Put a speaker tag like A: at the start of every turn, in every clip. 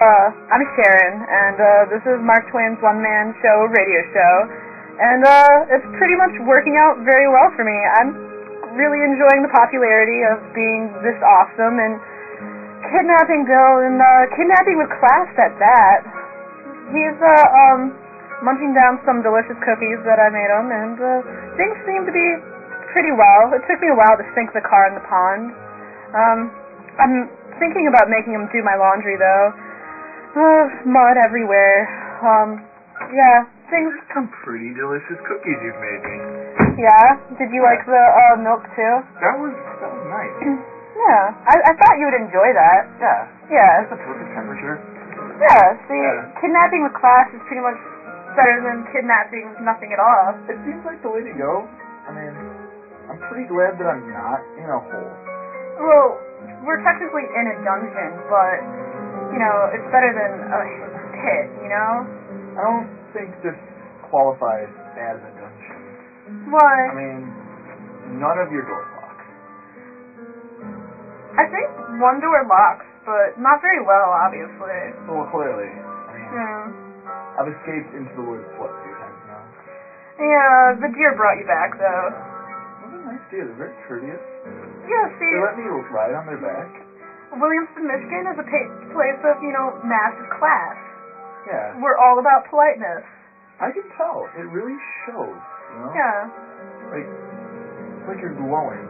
A: Uh, I'm Sharon, and uh, this is Mark Twain's one man show, radio show. And uh, it's pretty much working out very well for me. I'm really enjoying the popularity of being this awesome and kidnapping Bill and uh, kidnapping with class at that. He's uh, um, munching down some delicious cookies that I made him, and uh, things seem to be pretty well. It took me a while to sink the car in the pond. Um, I'm thinking about making him do my laundry though. Uh, mud everywhere. Um, yeah, things.
B: Some pretty delicious cookies you've made me.
A: Yeah. Did you like the uh, milk too?
B: That was that was nice.
A: Yeah. I, I thought you would enjoy that.
B: Yeah.
A: Yeah.
B: That's a perfect temperature.
A: Yeah. See,
B: Yeah.
A: kidnapping with class is pretty much better than kidnapping with nothing at all.
B: It seems like the way to go. I mean, I'm pretty glad that I'm not in a hole.
A: Well, we're technically in a dungeon, but you know, it's better than a pit. You know.
B: I don't think this qualifies as a dungeon. I
A: Why?
B: mean, none of your door locks.
A: I think one door locks, but not very well, obviously. Hmm.
B: Well, clearly. I mean,
A: Yeah.
B: I've escaped into the woods what few times now.
A: Yeah, the deer brought you back though.
B: Those are nice deer. They're very courteous.
A: Yeah, see,
B: They let me ride on their back.
A: Williamston, Michigan is a pa- place of, you know, massive class.
B: Yeah.
A: We're all about politeness.
B: I can tell. It really shows. You know?
A: Yeah.
B: Like, it's like you're glowing.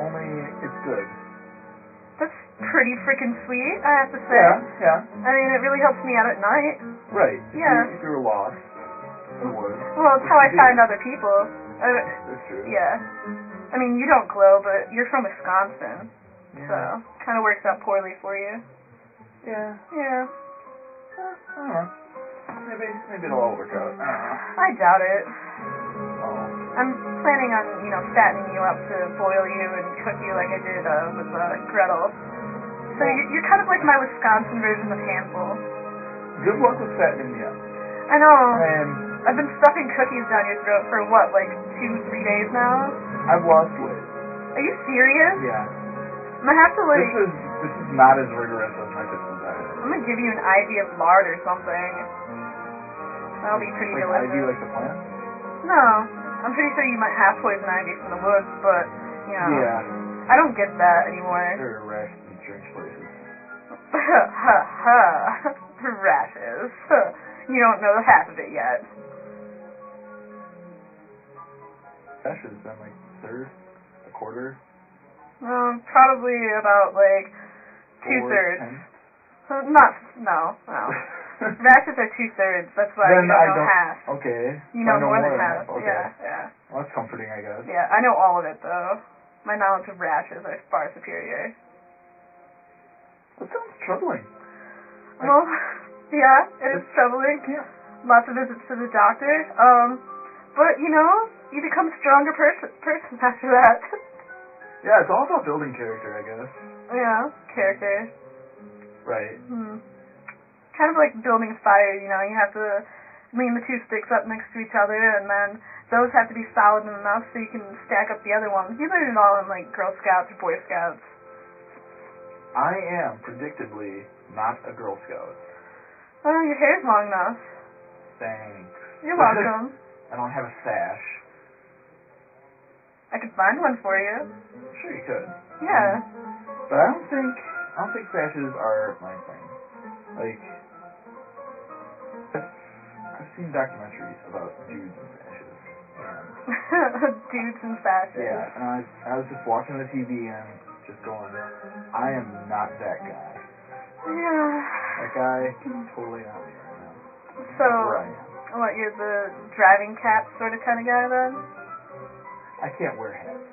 B: Only it's good.
A: That's pretty freaking sweet, I have to say.
B: Yeah, yeah.
A: I mean, it really helps me out at night.
B: Right. If
A: Yeah. Mm.
B: You, if you're lost, in the woods.
A: Well, it's how I find other people. I,
B: That's true.
A: yeah. I mean, you don't glow, but you're from Wisconsin, so
B: Yeah.
A: kind of works out poorly for you.
B: Yeah.
A: Yeah.
B: Eh, I don't know. Maybe, maybe it'll all work out. I don't know.
A: I doubt it.
B: Oh.
A: I'm planning on, you know, fattening you up to boil you and cook you like I did uh, with uh, Gretel. So you're, you're kind of like my Wisconsin version of Hansel.
B: Good luck with fattening me up.
A: I know.
B: And
A: I've been stuffing cookies down your throat for what, like two, three days now?
B: I've lost weight.
A: Are you serious?
B: Yeah.
A: I'm gonna have to like,
B: This is this is not as rigorous as my business diet.
A: I'm gonna give you an IV of lard or something. That'll be pretty
B: like, I do
A: delicious.
B: like the plan.
A: No, I'm pretty sure you might have poison ivy from the woods, but you know,
B: Yeah.
A: I don't get that anymore.
B: There are rest and drink places.
A: ha ha, rashes. You don't know half of it yet.
B: That should have been like third, a quarter,
A: Um, probably about like
B: four,
A: two thirds.
B: ten.
A: Not no no. Rashes are two thirds. That's why you don't
B: Then I
A: know
B: don't-
A: half.
B: okay.
A: You
B: So
A: know
B: I know
A: more than half.
B: Okay.
A: Yeah yeah
B: Well, that's comforting, I guess.
A: yeah. I know all of it though. My knowledge of rashes are far superior.
B: That sounds troubling. Like-
A: Well, yeah, it is troubling.
B: Yeah.
A: Lots of visits to the doctor. Um, but you know, you become a stronger person person after that.
B: Yeah, it's all about building character, I guess.
A: yeah, character.
B: Right.
A: Hmm. Kind of like building a fire, you know, you have to lean the two sticks up next to each other and then those have to be solid enough so you can stack up the other ones. You learn it all in like Girl Scouts or Boy Scouts.
B: I am predictably not a Girl Scout.
A: Oh, your hair's long enough.
B: Thanks.
A: You're welcome.
B: I don't have a sash.
A: I could find one for you.
B: Sure, you could.
A: Yeah.
B: But I don't think I don't think sashes are my thing. Like I've, I've seen documentaries about dudes and sashes. And
A: Dudes and fashion.
B: yeah, and I, I was just watching the TV and just going, I am not that guy.
A: Yeah.
B: That guy totally not me right now.
A: So,
B: Where I am.
A: what, you're the driving cat sort of kind of guy then?
B: I can't wear hats.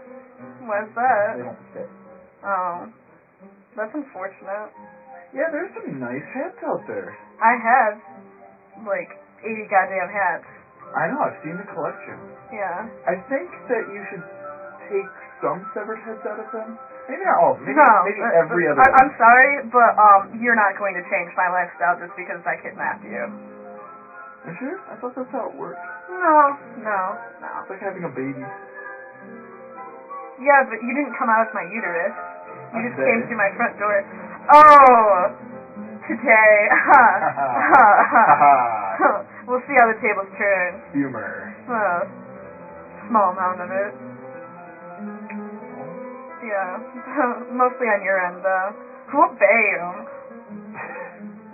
A: Why's that?
B: They don't fit.
A: Oh. That's unfortunate.
B: Yeah, there's some nice hats out there.
A: I have like 80 goddamn hats.
B: I know, I've seen the collection.
A: Yeah.
B: I think that you should take some severed heads out of them. Maybe not all. Maybe,
A: no.
B: maybe
A: uh,
B: every other
A: I,
B: one.
A: I'm sorry, but um, you're not going to change my lifestyle just because I kidnapped you.
B: You sure? I thought that's how it worked.
A: No, no, no.
B: It's like having a baby.
A: Yeah, but you didn't come out of my uterus. You just
B: Okay.
A: came through my front door. Oh, today. we'll see how the tables turn.
B: Humor.
A: Uh, small amount of it. Yeah. Mostly on your end, though. Well, bam.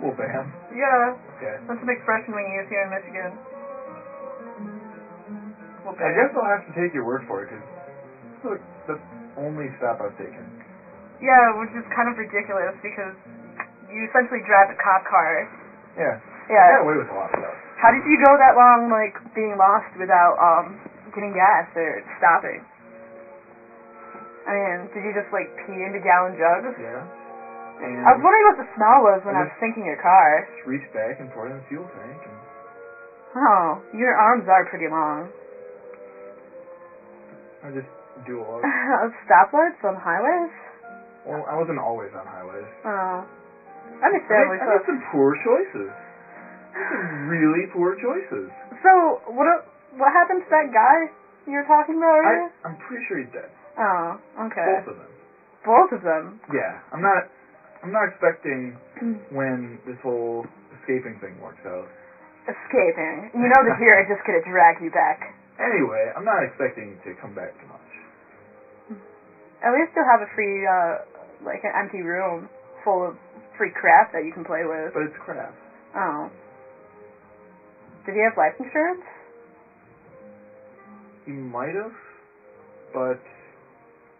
B: Well, bam.
A: Yeah.
B: Okay.
A: That's an expression we use here in Michigan. Well,
B: I guess I'll have to take your word for it because look, the only step I've taken.
A: Yeah, which is kind of ridiculous because you essentially drive a cop car.
B: Yeah. I got
A: Yeah.
B: away with a lot of stuff.
A: How did you go that long, like, being lost without, um, getting gas or stopping? I mean, did you just, like, pee into gallon jugs? I
B: Yeah.
A: was
B: And
A: wondering what the smell was when I was sinking your car.
B: just reached back and poured in the fuel tank. And
A: Oh, your arms are pretty long.
B: I just do a lot. Of,
A: Stoplights on highways?
B: well, I wasn't always on highways.
A: Oh.
B: I
A: Understandably
B: made, I
A: so.
B: made some poor choices. Some really poor choices.
A: So, what what happened to that guy you were talking about
B: I,
A: earlier?
B: I'm pretty sure he's dead.
A: Oh, okay. Um.
B: Both of them.
A: Both of them.
B: Yeah. I'm not. I'm not expecting
A: Hmm.
B: when this whole escaping thing works out.
A: Escaping. You know that here I just gonna drag you back.
B: Anyway, I'm not expecting to come back too much.
A: At least you'll have a free, uh, like an empty room full of free crap that you can play with.
B: But it's crap.
A: Oh. Did he have life insurance?
B: He might have, but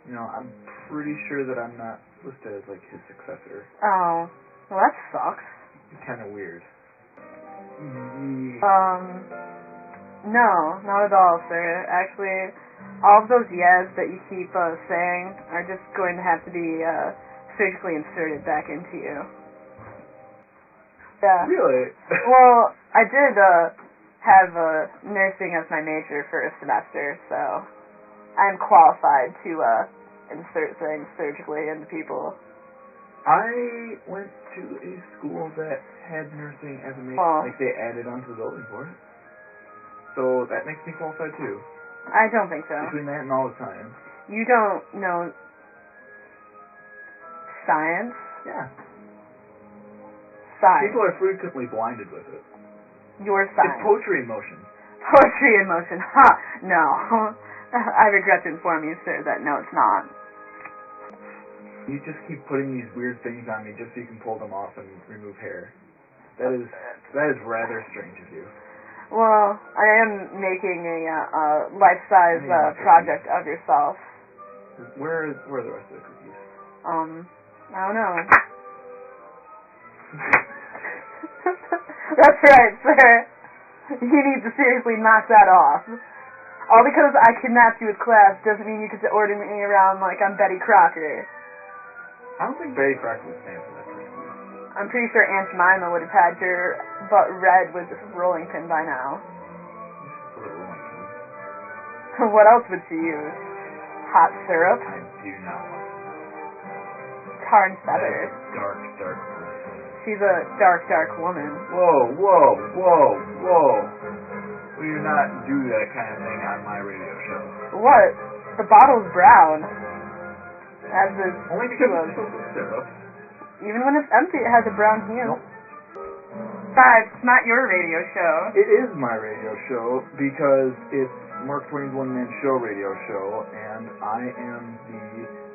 B: you know, I'm pretty sure that I'm not listed as like his successor.
A: Oh. Well, that sucks.
B: Kind of weird. Mm,
A: Um, no, not at all, sir. Actually, all of those yes that you keep uh, saying are just going to have to be uh, surgically inserted back into you. Yeah.
B: Really?
A: Well, I did uh, have uh, nursing as my major for a semester, so I'm qualified to uh, insert things surgically into people.
B: I went to a school that had nursing as a major.
A: Well.
B: Like they added onto the building for it. So that makes me qualified too.
A: I don't think so.
B: Between that and all the time.
A: You don't know science.
B: Yeah.
A: Science.
B: People are frequently blinded with it.
A: Your
B: It's
A: science.
B: poetry in motion.
A: Poetry in motion. Ha! No. I regret to inform you, sir, that no, it's not.
B: You just keep putting these weird things on me just so you can pull them off and remove hair. That is that is rather strange of you.
A: Well, I am making a, uh, uh, life-size uh, project of yourself.
B: Where is where are the rest of the cookies?
A: Um, I don't know. That's right, sir. You need to seriously knock that off. All because I kidnapped you with class doesn't mean you get to order me around like I'm Betty Crocker.
B: I don't think Betty Crocker would stand for that. person.
A: I'm pretty sure Aunt Jemima would have had your butt red with a rolling pin by now.
B: It's a little like him.
A: what else would she use? Hot syrup,
B: I do not want
A: tar and
B: that.
A: feathers.
B: Dark, dark person.
A: She's a dark, dark woman.
B: Whoa, whoa, whoa, whoa. We do not do that kind of thing on my radio show.
A: What? The bottle's brown. As is
B: Only because
A: Well,
B: it's chocolate syrup.
A: even when it's empty, it has a brown hue.
B: Nope.
A: But it's not your radio show.
B: It is my radio show because it's Mark Twain's one man show radio show, and I am the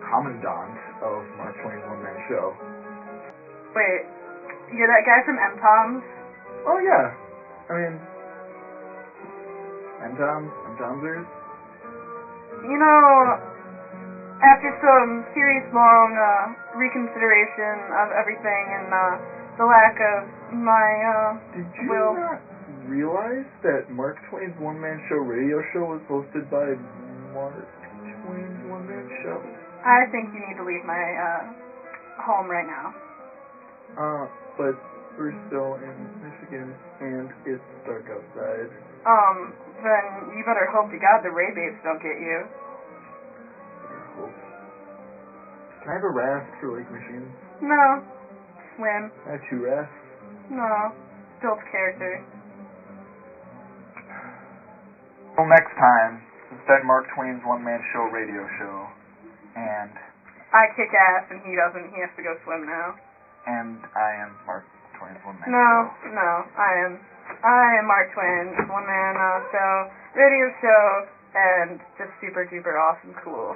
B: commandant of Mark Twain's one man show.
A: Wait, you're that guy from MPOMs?
B: Oh yeah, I mean, and Tom, and Tomsers.
A: You know, after some serious long uh, reconsideration of everything and uh, the lack of my uh,
B: Did you
A: Well-
B: not realize that Mark Twain's one man show radio show was hosted by Mark Twain's one man show?
A: I think you need to leave my uh, home right now.
B: Uh, but we're still in Michigan, and it's dark outside.
A: Um, then you better hope to God the ray babes don't get you.
B: Can I have a raft for Lake Michigan?
A: No. Swim.
B: Can I have two rafts?
A: No. Built character.
B: Well, next time, instead Mark Twain's one-man show radio show, and
A: I kick ass and he doesn't. He has to go swim now.
B: And I am Mark Twain's one man.
A: No, no, I am. I am Mark Twain, one man uh, show, radio show, and just super duper awesome cool.